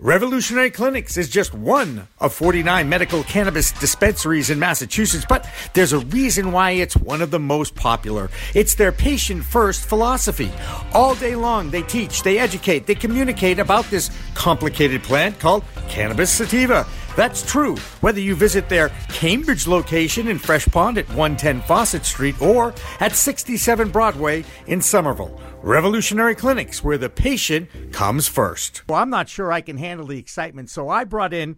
Revolutionary Clinics is just one of 49 medical cannabis dispensaries in Massachusetts, but there's a reason why it's one of the most popular. It's their patient first philosophy. All day long, they teach, they educate, they communicate about this complicated plant called cannabis sativa. That's true whether you visit their Cambridge location in Fresh Pond at 110 Fawcett Street or at 67 Broadway in Somerville. Revolutionary Clinics, where the patient comes first. Well, I'm not sure I can handle the excitement, so I brought in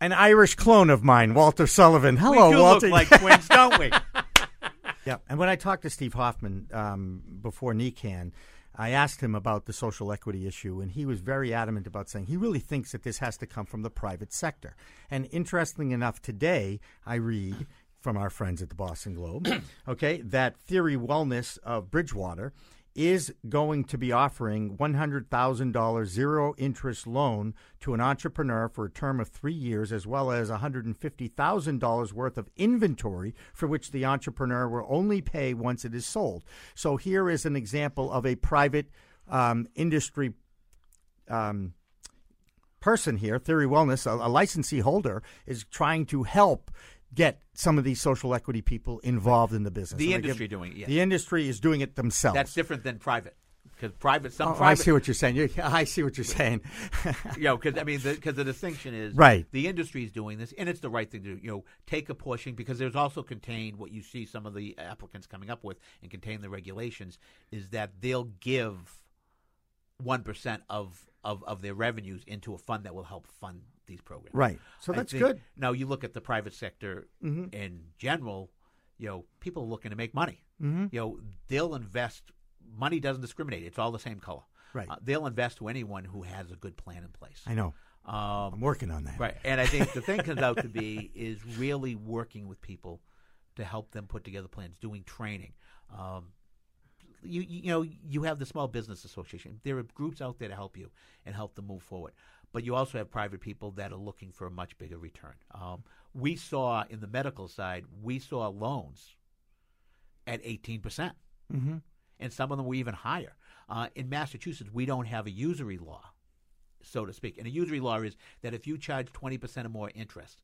an Irish clone of mine, Walter Sullivan. Hello, we do Walter. look like twins, don't we? yeah, and when I talked to Steve Hoffman um, before NECAN, I asked him about the social equity issue, and he was very adamant about saying he really thinks that this has to come from the private sector. And interesting enough, today I read from our friends at the Boston Globe, okay, that Theory Wellness of Bridgewater is going to be offering $100,000 zero interest loan to an entrepreneur for a term of three years, as well as $150,000 worth of inventory for which the entrepreneur will only pay once it is sold. So here is an example of a private um, industry. Um, Person here, Theory Wellness, a, a licensee holder, is trying to help get some of these social equity people involved in the business. The And I industry doing it, yes. The industry is doing it themselves. That's different than private. Because private, some Oh, I private, see what you're saying. You, I see what you're saying. you know, because I mean, because the, distinction is Right. The industry is doing this, and it's the right thing to do. You know, take a portion because there's also contained what you see some of the applicants coming up with, and contain the regulations is that they'll give one percent of, of of their revenues into a fund that will help fund these programs. Right. So I that's think- good. Mm-hmm. Now you look at the private sector in general. You know, people are looking to make money. Mm-hmm. You know, they'll invest. Money doesn't discriminate; it's all the same color. Right. Uh, they'll invest to anyone who has a good plan in place. I know. Um, I'm working on that. Right. And I think the thing comes out to be is really working with people to help them put together plans, doing training. Um, you, you you know you have the small business association. There are groups out there to help you and help them move forward. But you also have private people that are looking for a much bigger return. Um, we saw in the medical side, we saw loans at eighteen percent, Mm-hmm. and some of them were even higher. Uh, in Massachusetts, we don't have a usury law so to speak. And a usury law is that if you charge twenty percent or more interest,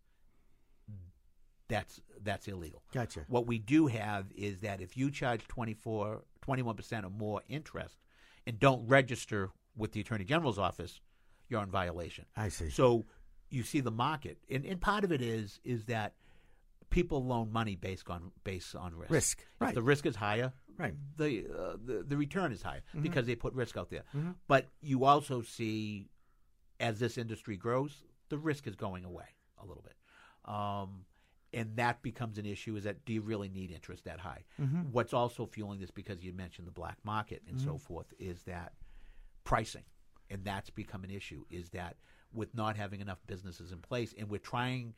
that's that's illegal. Gotcha. What we do have is that if you charge 24, 21 percent or more interest, and don't register with the attorney general's office, you're in violation. I see. So you see the market, and, and part of it is is that people loan money based on based on risk. Risk, If right. The risk is higher. Right. The uh, the, the return is higher because they put risk out there. But you also see, as this industry grows, the risk is going away a little bit. Um, and that becomes an issue is that do you really need interest that high? What's also fueling this, because you mentioned the black market and so forth, is that pricing, and that's become an issue. Is that with not having enough businesses in place, and we're trying.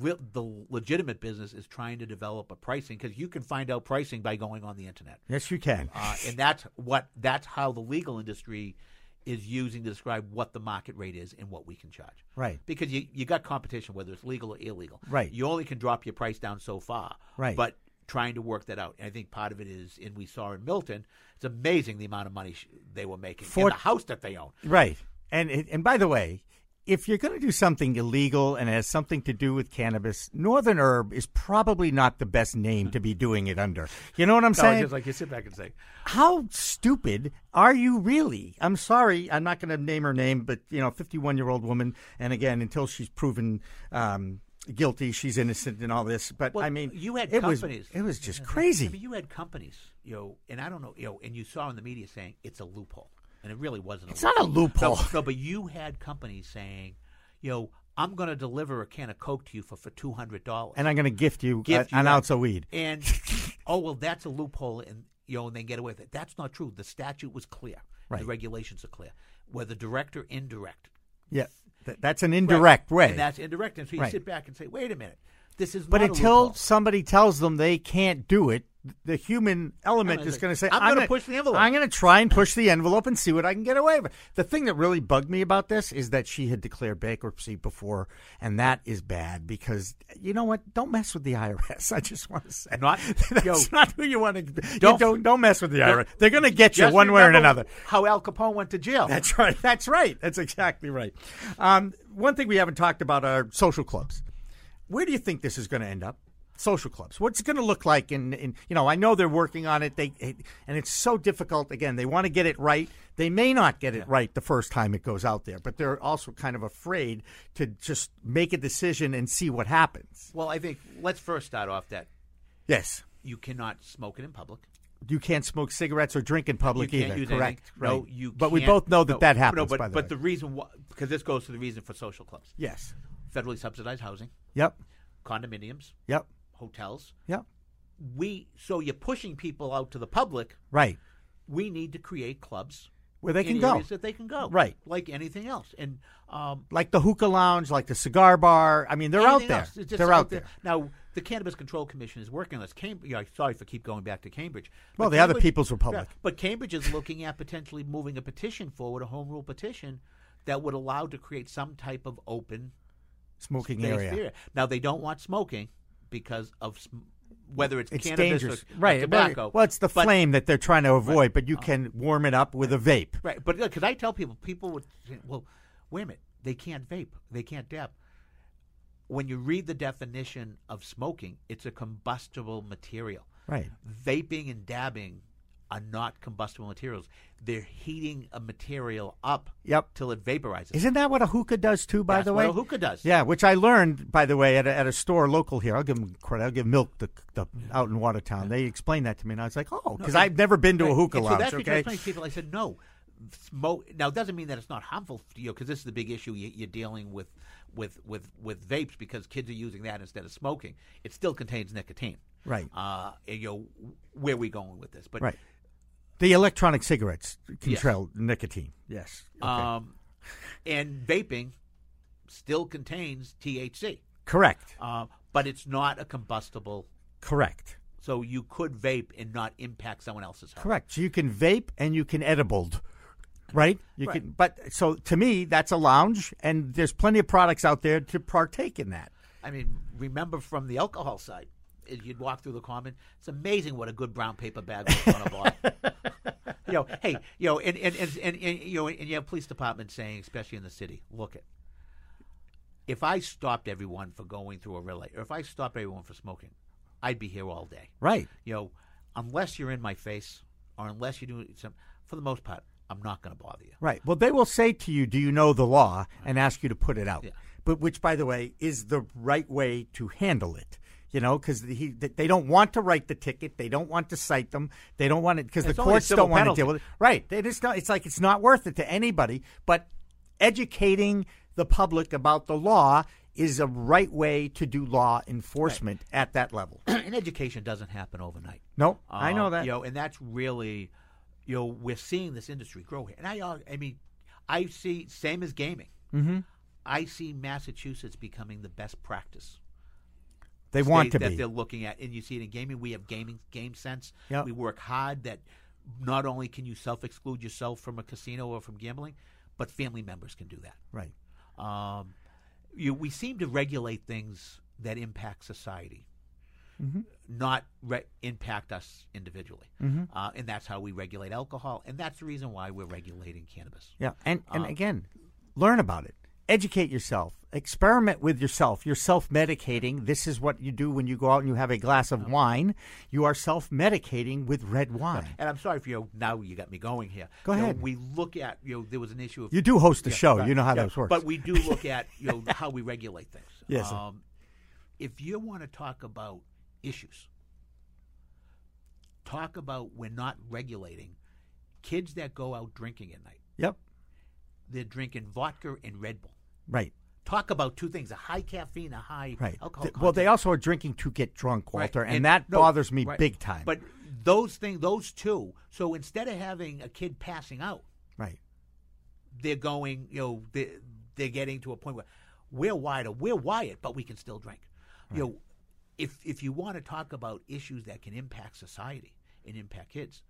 Real, the legitimate business is trying to develop a pricing because you can find out pricing by going on the internet, Yes, you can. uh, and that's what that's how the legal industry is using to describe what the market rate is and what we can charge. Right. Because you you got competition whether it's legal or illegal. Right. You only can drop your price down so far. Right. But trying to work that out, and I think part of it is, and we saw in Milton, it's amazing the amount of money sh- they were making For- in the house that they own. Right. And it- and by the way, if you're going to do something illegal and has something to do with cannabis, Northern Herb is probably not the best name Hmm. to be doing it under. You know what I'm saying? like you sit back and say, How stupid are you really? I'm sorry, I'm not going to name her name, but you know, 51 year old woman, and again, until she's proven um, guilty, she's innocent and all this. But Well, I mean, you had it companies. Was, it was just I mean, crazy. you had companies, you know, and I don't know, you know, and you saw in the media saying it's a loophole, and it really wasn't. A It's not a loophole. No, no, but you had companies saying, you know, I'm going to deliver a can of Coke to you for, for $200. And I'm going to gift you Gift a- you an that. ounce of weed. And oh well, that's a loophole, and you know, and they get away with it. That's not true. The statute was clear. Right. The regulations are clear. Whether direct or indirect. Yeah, Th- that's an indirect way. And that's indirect. And so you Right. sit back and say, wait a minute, this is. But not a until loophole. somebody tells them they can't do it, the human element gonna is say, going to say, "I'm gonna gonna- push the envelope." I'm going to try and push the envelope and see what I can get away with." The thing that really bugged me about this is that she had declared bankruptcy before, and that is bad because you know what? Don't mess with the IRS. I just want to say, Not- that's yo, not who you want to. Don't don't- don't, don't mess with the IRS. They're going to get you Just one way or remember another. How Al Capone went to jail. That's right. That's right. That's exactly right. Um, one thing we haven't talked about are social clubs. Where do you think this is going to end up? Social clubs. What's it going to look like? In, in you know, I know they're working on it. They it, and it's so difficult. Again, they want to get it right. They may not get it right the first time it goes out there, but they're also kind of afraid to just make a decision and see what happens. well, I think let's first start off that Yes, you cannot smoke it in public. you can't smoke cigarettes or drink in public you can't either. use correct? anything. Right. No, you. But we can't- both know that no, that happens. No, but by the but way. the reason why because this goes to the reason for social clubs, yes. federally subsidized housing, Yep. condominiums, Yep. hotels. Yep. We so you're pushing people out to the public. Right. We need to create clubs Where they in can go. areas that they can go, Right. Like anything else, and um, like the hookah lounge, like the cigar bar. I mean, they're out anything there. else. It's just They're out there. Now, the Cannabis Control Commission is working on this. Cam- yeah, sorry for keep going back to Cambridge. Well, But the other Cambridge- People's Republic. Yeah, but Cambridge is looking at potentially moving a petition forward, a home rule petition, that would allow to create some type of open Smoking space area. area. Now, they don't want smoking because of sm- whether it's, It's cannabis dangerous, or, or right? tobacco. Well, it's the But- Uh-huh. flame that they're trying to avoid, but you can warm it up with a vape. Right, but because I tell people, people would say, well, wait a minute, they can't vape, they can't dab. When you read the definition of smoking, it's a combustible material. Right. Vaping and dabbing are not combustible materials. They're heating a material up Yep. till it vaporizes. Isn't that what a hookah does too? By That's the what way, a hookah does. Yeah, which I learned, by the way, at a, at a store local here. I'll give them credit. I'll give Milk the, the out in Watertown. They explained that to me, and I was like, oh, because I've never been to a Right. hookah And lounge. So that's what okay. you're explaining to people. I said, no, smoke. Now, it doesn't mean that it's not harmful to you because this is the big issue you- you're dealing with, with, with, with vapes because kids are using that instead of smoking. It still contains nicotine. Right. Uh, and, you know, where are we going with this? But Right. The electronic cigarettes control nicotine. Yes. Okay. um, and vaping still contains THC, correct. uh, but it's not a combustible. Correct. So you could vape and not impact someone else's health. Correct. So you can vape and you can edibled, right? You Right. can. But so to me, that's a lounge, and there's plenty of products out there to partake in that. I mean, remember from the alcohol side, if you'd walk through the common. It's amazing what a good brown paper bag was on a bar. you know, hey, you know, and and, and, and, and you know, and you have police department saying, especially in the city, look it. If I stopped everyone for going through a red light, or if I stopped everyone for smoking, I'd be here all day. Right. You know, unless you're in my face, or unless you do some. For the most part, I'm not going to bother you. Right. Well, they will say to you, "Do you know the law?" and ask you to put it out. Yeah. But which, by the way, is the right way to handle it. You know, because they don't want to write the ticket. They don't want to cite them. They don't want it because the It's only a courts civil don't want to penalty. deal with it. Right. It is not, it's like it's not worth it to anybody. But educating the public about the law is a right way to do law enforcement at that level. and education doesn't happen overnight. Nope, I know Uh, that. You know, and that's really, you know, we're seeing this industry grow here. And I, al- I mean, I see same as gaming. Mm-hmm. I see Massachusetts becoming the best practice. They want state to that be. they're looking at, and you see it in gaming. We have gaming game sense. Yep. We work hard that not only can you self exclude yourself from a casino or from gambling, but family members can do that. Right. Um, you, we seem to regulate things that impact society, Mm-hmm. not re- impact us individually. Mm-hmm. Uh, and that's how we regulate alcohol. And that's the reason why we're regulating cannabis. Yeah, and Uh, and again, learn about it. Educate yourself. Experiment with yourself. You're self medicating. This is what you do when you go out and you have a glass of wine. You are self medicating with red wine. And I'm sorry for you. Now you got me going here. Go You know, ahead. we look at you know there was an issue of You do host the Yeah, show. right, You know how yeah. that works. But we do look at you know how we regulate things. Yes, sir. Um, if you want to talk about issues, talk about we're not regulating kids that go out drinking at night. yep. They're drinking vodka and Red Bull. Right. talk about two things: a high caffeine, a high Right. alcohol. Th- well, they content. also are drinking to get drunk, Walter, Right. and, that no, bothers me right. big time. But those thing, those two. So instead of having a kid passing out, right. they're going. You know, they're, they're getting to a point where we're wider, we're Wyatt, but we can still drink. You know, if if you want to talk about issues that can impact society and impact kids,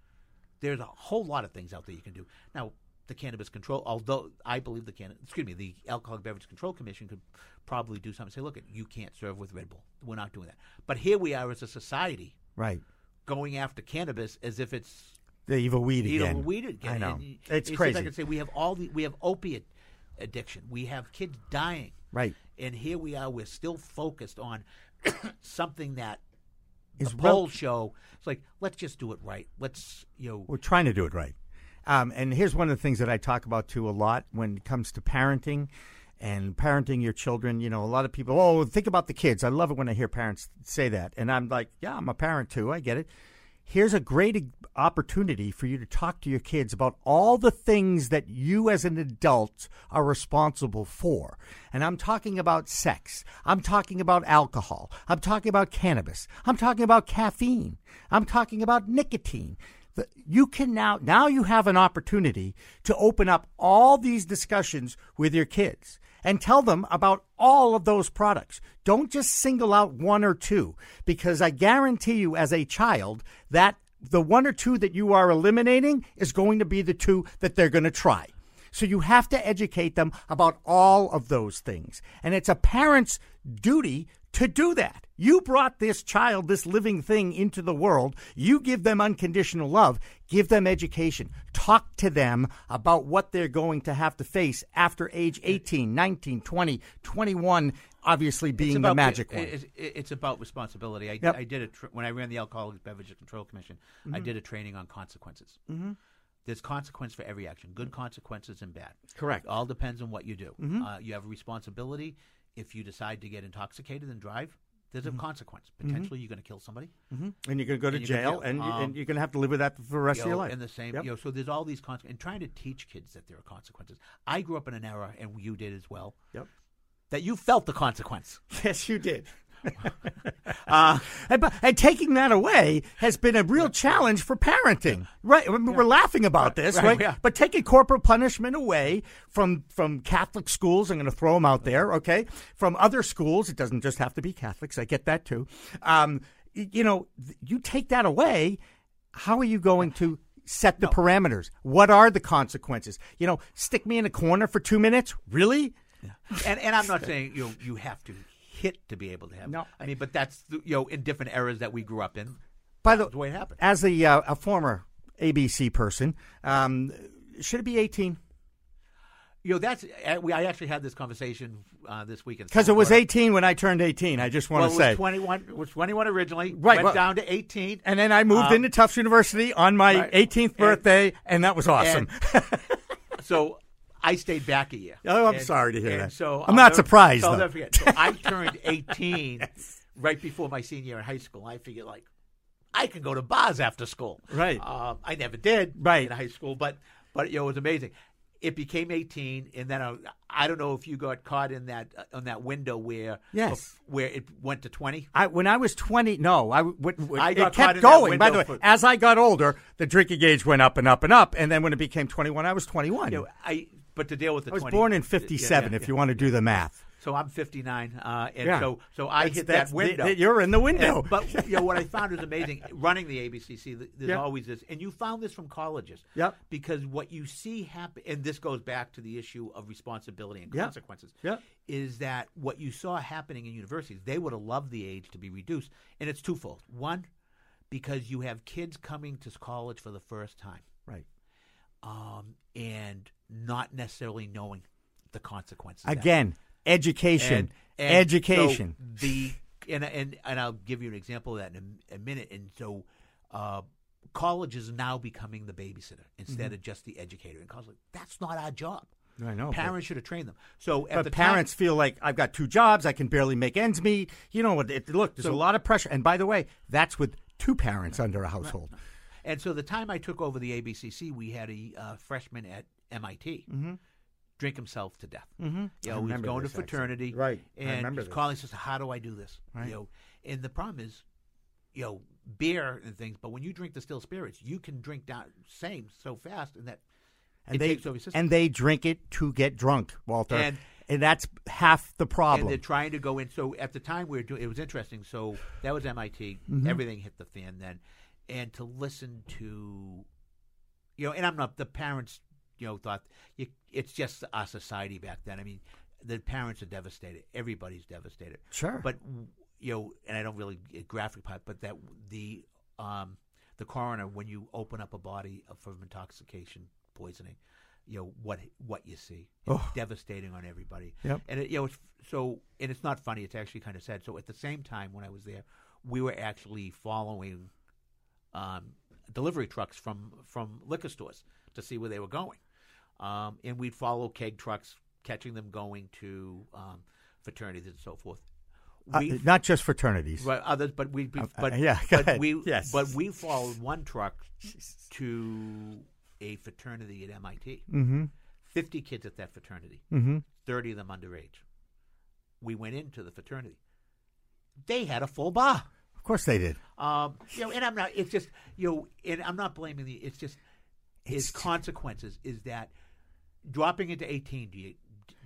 there's a whole lot of things out there you can do now. The cannabis control, although I believe the can, excuse me, the Alcoholic Beverage Control Commission could probably do something. Say, look, you can't serve with Red Bull. We're not doing that. But here we are as a society Right. going after cannabis as if it's The evil weed needle again. weed again. I know. And you- it's you sit crazy. back and say we have all the we have opiate addiction. We have kids dying. Right. And here we are. We're still focused on something that Is the rel- polls show. It's like let's just do it right. Let's you know We're trying to do it right. Um, and here's one of the things that I talk about too a lot when it comes to parenting and parenting your children. You know, a lot of people, oh, think about the kids. I love it when I hear parents say that. And I'm like, yeah, I'm a parent too. I get it. Here's a great e- opportunity for you to talk to your kids about all the things that you as an adult are responsible for. And I'm talking about sex. I'm talking about alcohol. I'm talking about cannabis. I'm talking about caffeine. I'm talking about nicotine. The, you can now now you have an opportunity to open up all these discussions with your kids and tell them about all of those products. Don't just single out one or two because I guarantee you as a child that the one or two that you are eliminating is going to be the two that they're going to try. So you have to educate them about all of those things. And it's a parent's duty to do that. You brought this child, this living thing into the world. You give them unconditional love, give them education, talk to them about what they're going to have to face after age 18, 19, 20, 21, obviously being the about- magic it- one. It's, it's about responsibility. I, Yep. Mm-hmm. I did a tr- when I ran the Alcoholic Beverage Control Commission. I did a training on consequences. Mm-hmm. There's consequence for every action, good consequences and bad. Correct. Mm-hmm. It all depends on what you do. Uh, you have a responsibility. If you decide to get intoxicated and drive, there's Mm-hmm. a consequence. Potentially, you're going to kill somebody. and you're going to go to and you're gonna jail, jail. and, you- Um, and you're going to have to live with that for the rest of you your know, life. And the same, Yep. you know, so there's all these consequences. And trying to teach kids that there are consequences. I grew up in an era, and you did as well, Yep. that you felt the consequence. Yes, you did. Uh, and, bu- and taking that away has been a real challenge for parenting. Right? I mean, We're laughing about this, right? right, yeah. But taking corporal punishment away from from Catholic schools, I'm going to throw them out there, okay? From other schools, it doesn't just have to be Catholics. I get that too. Um, y- you know, th- you take that away, how are you going to? Set the parameters. What are the consequences? You know, stick me in a corner for two minutes? Really? and and I'm not saying you know, you have to hit to be able to have. No. I mean, but that's the- you know in different eras that we grew up in. By the That's the way it happened. as a uh, a former ABC person, um, should it be eighteen? You know, that's uh, we. I actually had this conversation uh, this weekend Because it was eighteen when I turned eighteen. I just want Well, to it say. was twenty-one. It was twenty-one originally. Right, Went well- down to eighteen. and then I moved Um, into Tufts University on my right. 18th birthday, and, that was awesome. so I stayed back a year. Oh, I'm sorry to hear and that. So I'm not never- surprised, So I'll though. never forget. So I turned 18 right before my senior year in high school. I figured like I can go to bars after school. Right. Um, I never did. Right. In high school, but but you know, it was amazing. It became 18, and then I, I don't know if you got caught in that uh, on that window where Yes. where it went to 20. I, when I was 20, no, I, w- w- w- I it got caught kept in that going. By the window way, for- as I got older, the drinking age went up and up and up, and then when it became 21, I was 21. You know, I but to deal with the I was 20 born in yeah, yeah, 57, yeah. if you want to do the math. So I'm 59, uh, and Yeah. so so I That's- hit that's that the- window. that- you're in the window. And- but you know what I found is amazing running the ABCC. th- There's Yeah. always this, and you found this from colleges. Yep. Because what you see happen, and this goes back to the issue of responsibility and Yeah. consequences. Yeah. Is that what you saw happening in universities? They would have loved the age to be reduced, and it's twofold. One, because you have kids coming to college for the first time Right. um, and not necessarily knowing the consequences. of that. Again, education. And- and education. so the and and and I'll give you an example of that in a, a minute. And so, uh, college is now becoming the babysitter instead Mm-hmm. of just the educator. And college, like, that's not our job. I know, but- Parents should have trained them. So at but the time- parents feel like I've got two jobs, I can barely make ends meet. You know what? It, look, there's a lot of pressure. And by the way, that's with two parents under a household. and so the time I took over the ABCC, we had a uh, freshman at MIT drink himself to death. Mm-hmm. You know, he's going to fraternity. Right. I And remember he's this. calling and says, How do I do this? Right. You know, and the problem is, you know, beer and things, but when you drink distilled spirits, you can drink down same so fast and that And it they takes over your system. and they drink it to get drunk, Walter. And, And- that's half the And they're problem. trying to go in. So at the time we were doing, it was interesting. So that was MIT. Mm-hmm. Everything hit the fan then, and to listen to, you know, and I'm not the parents. You know, thought you, it's just our society back then. I mean, the parents are devastated. Everybody's devastated. Sure. But you know, and I don't really get graphic part, but that the um the coroner when you open up a body of from intoxication poisoning, you know what what you see. It's Oh. devastating on everybody. Yep. And it, you know, it's, so and it's not funny. It's actually kind of sad. So at the same time, when I was there, we were actually following um, delivery trucks from from liquor stores to see where they were going, um, and we'd follow keg trucks, catching them going to um, fraternities and so forth. Uh, We not just fraternities. Right, others, but we, we but yeah, go but ahead. we Yes. but we followed one truck to a fraternity at MIT. Mm-hmm. Fifty kids at that fraternity, Mm-hmm. thirty of them underage. We went into the fraternity. They had a full bar. Of course they did. Um, you know, and I'm not. It's just you know, and I'm not blaming the. It's just It's- its consequences is that dropping into 18. Do you,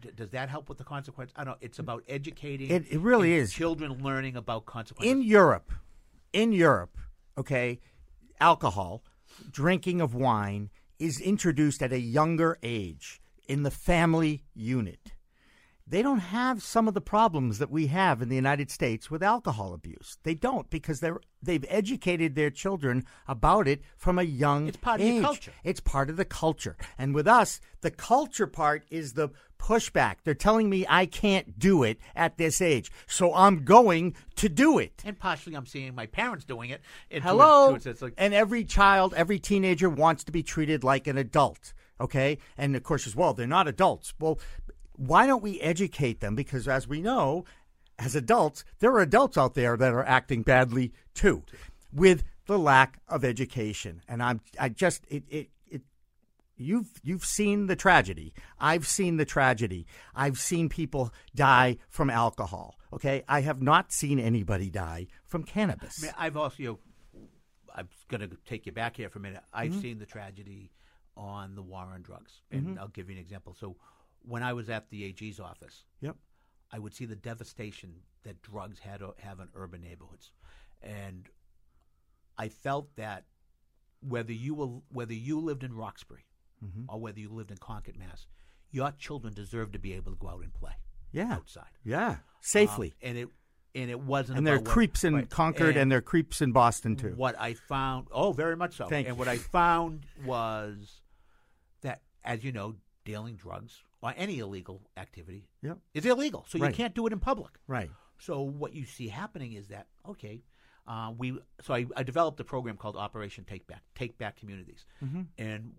d- does that help with the consequence? I don't. know. It's about educating. It- it really and is. Children learning about consequences. in Europe, in Europe, okay, alcohol, drinking of wine is introduced at a younger age in the family unit. They don't have some of the problems that we have in the United States with alcohol abuse. They don't because they're they've educated their children about it from a young It's part of the age. culture. It's part of the culture. And with us, the culture part is the pushback. They're telling me I can't do it at this age. So I'm going to do it. and partially I'm seeing my parents doing it. And to Hello. it- to it- it's like, and every child, every teenager wants to be treated like an adult. Okay. And of course, as well, they're not adults. Well, why don't we educate them? Because as we know, as adults, there are adults out there that are acting badly too with the lack of education. And I'm, I just, it, it, it you've you've seen the tragedy. I've seen the tragedy. I've seen people die from alcohol. Okay, I have not seen anybody die from cannabis. I mean, I've also, you know, I'm going to take you back here for a minute. I've Mm-hmm. seen the tragedy on the war on drugs, and I'll give you an example. So, when I was at the AG's office, Yep. I would see the devastation that drugs had o- have on urban neighborhoods, and I felt that whether you were, whether you lived in Roxbury Mm-hmm. or whether you lived in Concord, Mass, your children deserve to be able to go out and play Yeah. outside. Yeah. Safely. Um, and it and it wasn't. and there are about what- creeps in right. Concord and, there are creeps in Boston too. what I found, oh, very much so. Thank and you. what I found was that, as you know, dealing drugs or any illegal activity Yep. is illegal, so Right. you can't do it in public. Right. So what you see happening is that okay, uh, we so I, I developed a program called Operation Take Back, Take Back Communities, Mm-hmm. and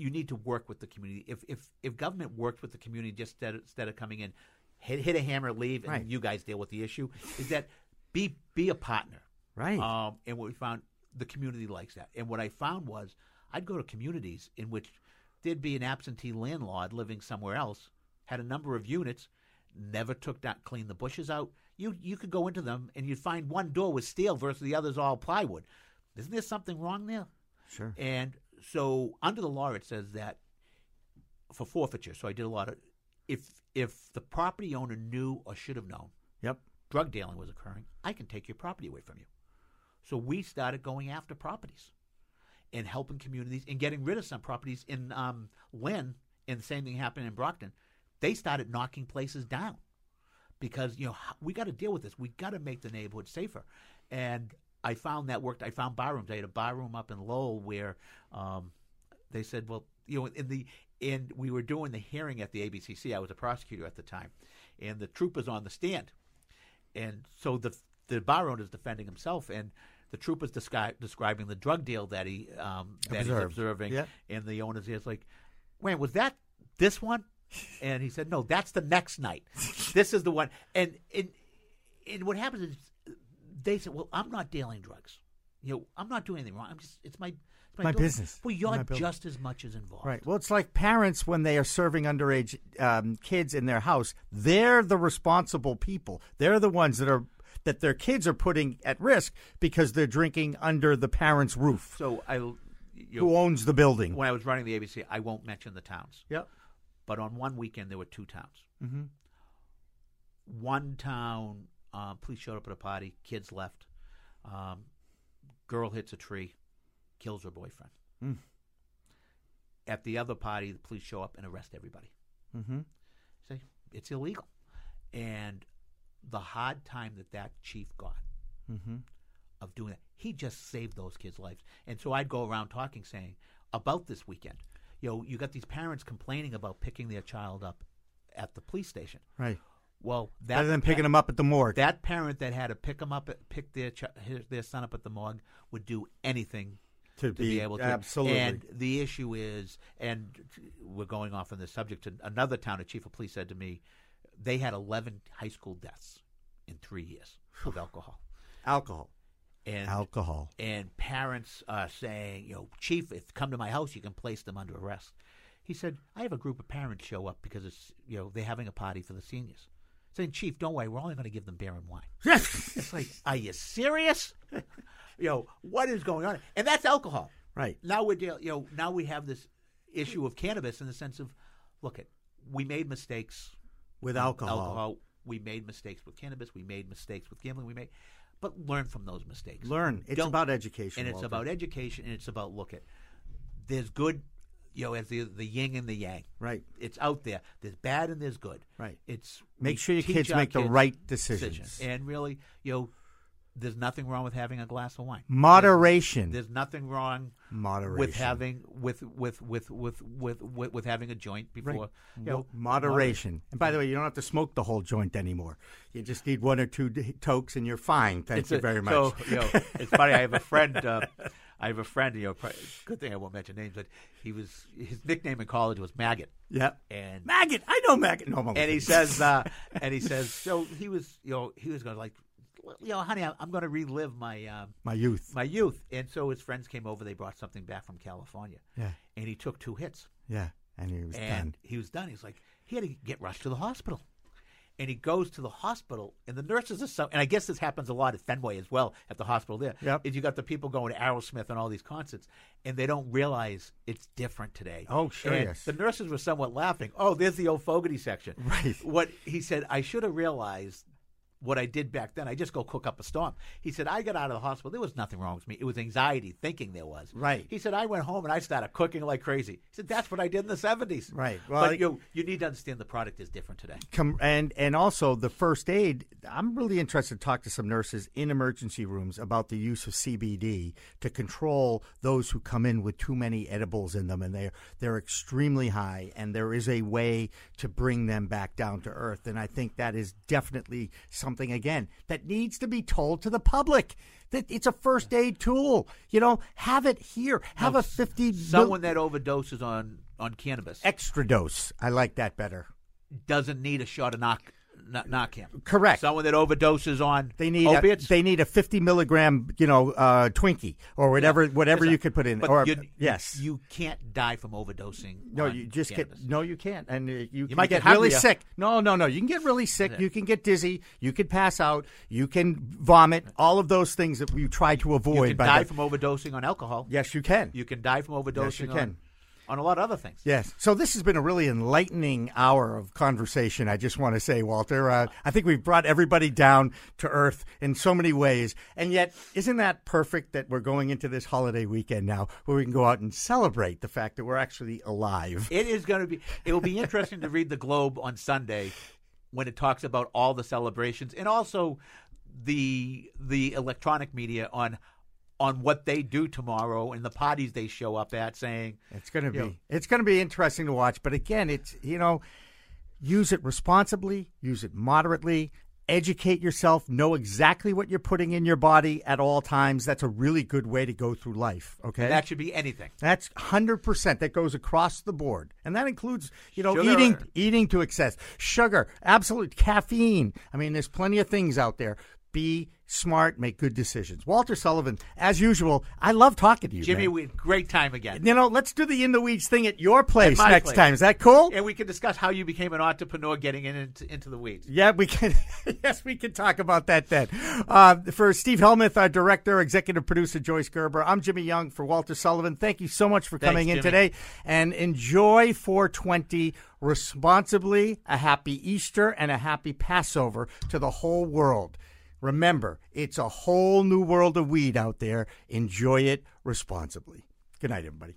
you need to work with the community. If if if government worked with the community just instead of, instead of coming in, hit hit a hammer, leave, and Right. you guys deal with the issue, is that be be a partner. Right. Um, and what we found, the community likes that. And what I found was, I'd go to communities in which there'd be an absentee landlord living somewhere else, had a number of units, never took down, cleaned the bushes out. You you could go into them and you'd find one door was steel versus the others all plywood. Isn't there something wrong there? sure. And so under the law, it says that for forfeiture. So I did a lot of if if the property owner knew or should have known Yep. drug dealing was occurring, I can take your property away from you. So we started going after properties and helping communities and getting rid of some properties in um, Lynn, and the same thing happened in Brockton. They started knocking places down because, you know, h- we got to deal with this. We got to make the neighborhood safer. And I found that worked. I found bar rooms. I had a bar room up in Lowell where um, they said, well, you know, in the and we were doing the hearing at the ABCC. I was a prosecutor at the time, and the troopers on the stand and so the the bar owner is defending himself, and the trooper's descri- describing the drug deal that he um, that he's Observed. observing, Yeah. and the owner's is like, "Wait, was that this one?" And he said, "No, that's the next night. this is the one." And and and what happens is they said, "Well, I'm not dealing drugs. You know, I'm not doing anything wrong. I'm just it's my it's But I My don't- business. Well, you're My building. just as much as involved. Right. Well, it's like parents when they are serving underage um, kids in their house. They're the responsible people. They're the ones that are that their kids are putting at risk because they're drinking under the parents' roof. So I, you Who owns the building? when I was running the ABC, I won't mention the towns. Yep. But on one weekend, there were two towns. hmm One town, uh, police showed up at a party. Kids left. Um, girl hits a tree, kills her boyfriend. Mm. At the other party, the police show up and arrest everybody. hmm Say it's illegal, and the hard time that that chief got hmm of doing that. He just saved those kids' lives. And so I'd go around talking, saying about this weekend. You know, you got these parents complaining about picking their child up at the police station. Right. Well, that Better than picking that, them up at the morgue. That parent that had to pick them up, at- pick their chi- his, their son up at the morgue, would do anything to, to be able to absolutely. And the issue is, and we're going off on this subject. To another town, a chief of police said to me, they had eleven high school deaths in three years of alcohol. alcohol. And Alcohol. and parents are saying, you know, Chief, if come to my house, you can place them under arrest. He said, I have a group of parents show up because it's, you know, they're having a party for the seniors. Saying, Chief, don't worry, we're only going to give them beer and wine. It's like, are you serious? you know, what is going on? And that's alcohol. right. Now we're, deal- you know, now we have this issue of cannabis in the sense of, look, it, we made mistakes With We made mistakes with cannabis. We made mistakes with gambling. We made, but learn from those mistakes. Learn. It's Don't- about education. and it's Walter. about education and it's about look at there's good you know as the the yin and the yang right. it's out there there's bad and there's good Right. it's Make we sure your teach kids our make the right decisions. and really you know there's nothing wrong with having a glass of wine Moderation. there's nothing wrong Moderation. with having with with with with with with, with having a joint before you know, moderation. And by the way, you don't have to smoke the whole joint anymore. You just need one or two d- tokes, and you're fine. Thank It's you a- very much. So, you know, it's funny. I have a friend. Uh, I have a friend. You know, pri- good thing I won't mention names, but he was his nickname in college was Maggot. Yep. and Maggot. I know maggot. No, I'm only and he kidding. says uh, and he says so he was you know he was going to like you know honey I'm, I'm going to relive my um, my youth. my youth and so his friends came over they brought something back from California Yeah. and he took two hits Yeah. And he was and done. he was done he was like he had to get rushed to the hospital and he goes to the hospital and the nurses are so and I guess this happens a lot at Fenway as well at the hospital there Yep. is you got the people going to Aerosmith and all these concerts and they don't realize it's different today Oh, sure, And yes. the nurses were somewhat laughing oh there's the old Fogarty section Right. what he said, I should have realized what I did back then. I just go cook up a storm. He said, I got out of the hospital. There was nothing wrong with me. It was anxiety thinking there was. Right. He said, I went home and I started cooking like crazy. He said, that's what I did in the 70s. Right. Well, Well, I- but you, you need to understand the product is different today. Com- and and also the first aid. I'm really interested to talk to some nurses in emergency rooms about the use of CBD to control those who come in with too many edibles in them, and they they're extremely high. And there is a way to bring them back down to earth. And I think that is definitely something again that needs to be told to the public that it's a first aid tool. You know, have it here. Have a fifty mil- Someone that overdoses on, on cannabis extra dose. I like that better. doesn't need a shot of knock, knock, knock him. Correct. Someone that overdoses on They need opiates. A, they need a fifty milligram, you know, uh, Twinkie or whatever whatever you could put in. But Or you- yes, You can't die from overdosing. no, on you just cannabis. get no, you can't, and uh, you, can might get, get really hungrier. sick. No, no, no, you can get really sick. You can get dizzy. You can pass out. You can vomit. All of those things that you try to avoid. You can by die the- from overdosing on alcohol. yes, you can. You can die from overdosing Yes, you on, can. on a lot of other things. Yes. So this has been a really enlightening hour of conversation. I just want to say, Walter, uh, I think we've brought everybody down to earth in so many ways. And yet, isn't that perfect that we're going into this holiday weekend now where we can go out and celebrate the fact that we're actually alive? It is going to be it will be interesting to read the Globe on Sunday when it talks about all the celebrations and also the the electronic media on on what they do tomorrow and the parties they show up at saying It's going to be Yeah. it's going to be interesting to watch, but again, it's you know, use it responsibly, use it moderately, educate yourself, know exactly what you're putting in your body at all times. That's a really good way to go through life, okay? that should be anything. That's hundred percent. That goes across the board, and that includes you know Sugar. eating eating to excess, sugar, absolute caffeine. I mean, there's plenty of things out there. Be smart, make good decisions. Walter Sullivan, as usual, I love talking to you, Jimmy, man. we great time again. You know, let's do the in the weeds thing at your place At my next place. time. Is that cool? And we can discuss how you became an entrepreneur getting in into, into the weeds. Yeah, we can. yes, we can talk about that then. Uh, for Steve Helmuth, our director, executive producer Joyce Gerber, I'm Jimmy Young for Walter Sullivan. Thank you so much for coming in Jimmy. today, and enjoy 420 responsibly. A happy Easter and a happy Passover to the whole world. Remember, it's a whole new world of weed out there. Enjoy it responsibly. Good night, everybody.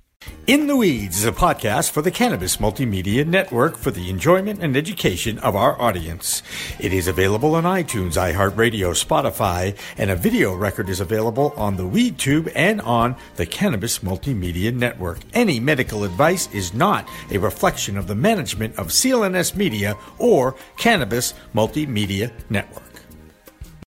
In the Weeds is a podcast for the Cannabis Multimedia Network for the enjoyment and education of our audience. It is available on iTunes, iHeartRadio, Spotify, and a video record is available on the WeedTube and on the Cannabis Multimedia Network. Any medical advice is not a reflection of the management of CLNS Media or Cannabis Multimedia Network.